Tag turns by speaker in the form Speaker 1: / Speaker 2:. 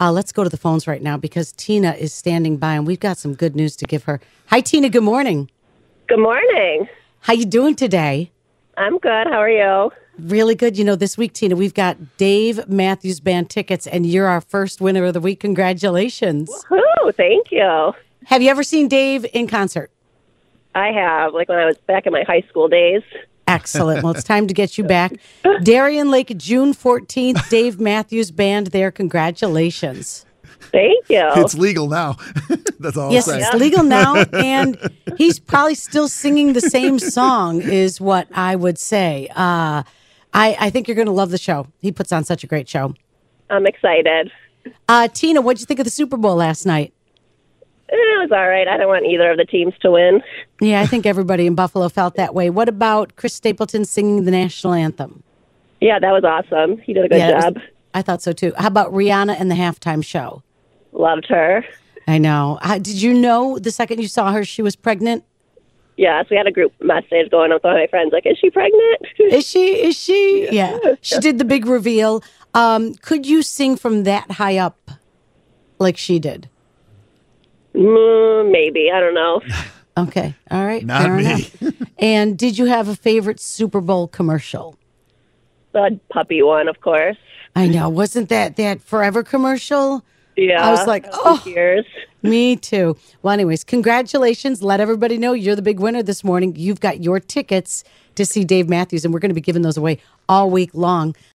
Speaker 1: Uh, let's go to the phones right now because Tina is standing by and we've got some good news to give her. Hi, Tina. Good morning.
Speaker 2: Good morning.
Speaker 1: How you doing today?
Speaker 2: I'm good. How are you?
Speaker 1: Really good. You know, this week, Tina, we've got Dave Matthews Band tickets, and you're our first winner of the week. Congratulations.
Speaker 2: Woo, thank you.
Speaker 1: Have you ever seen Dave in concert?
Speaker 2: I have, like when I was back in my high school days.
Speaker 1: Excellent. Well, it's time to get you back. Darien Lake, June 14th, Dave Matthews Band there. Congratulations.
Speaker 2: Thank you.
Speaker 3: It's legal now. That's all
Speaker 1: Yes,
Speaker 3: I'm saying.
Speaker 1: it's legal now, and he's probably still singing the same song, is what I would say. Uh, I, I think you're going to love the show. He puts on such a great show.
Speaker 2: I'm excited.
Speaker 1: Uh, Tina, what'd you think of the Super Bowl last night?
Speaker 2: Eh, It was all right. I don't want either of the teams to win.
Speaker 1: Yeah, I think everybody in Buffalo felt that way. What about Chris Stapleton singing the national anthem?
Speaker 2: Yeah, that was awesome. He did a good
Speaker 1: yeah, that was-
Speaker 2: job.
Speaker 1: I thought so too. How about Rihanna and the halftime show?
Speaker 2: Loved her.
Speaker 1: I know. Uh, did you know the second you saw her, she was pregnant?
Speaker 2: Yes, we had a group message going up with all my friends. Like, is she pregnant?
Speaker 1: Is she? Is she? Yeah. She did the big reveal. Um, could you sing from that high up like she did?
Speaker 2: mm, maybe. I don't know.
Speaker 1: Okay. All right.
Speaker 3: Not
Speaker 1: Fair
Speaker 3: me.
Speaker 1: enough. and did you have a favorite Super Bowl commercial?
Speaker 2: The puppy one, of course.
Speaker 1: I know. Wasn't that that forever commercial?
Speaker 2: Yeah.
Speaker 1: I was like, oh.
Speaker 2: Tears.
Speaker 1: Me too. Well, anyways, congratulations. Let everybody know you're the big winner this morning. You've got your tickets to see Dave Matthews, and we're going to be giving those away all week long.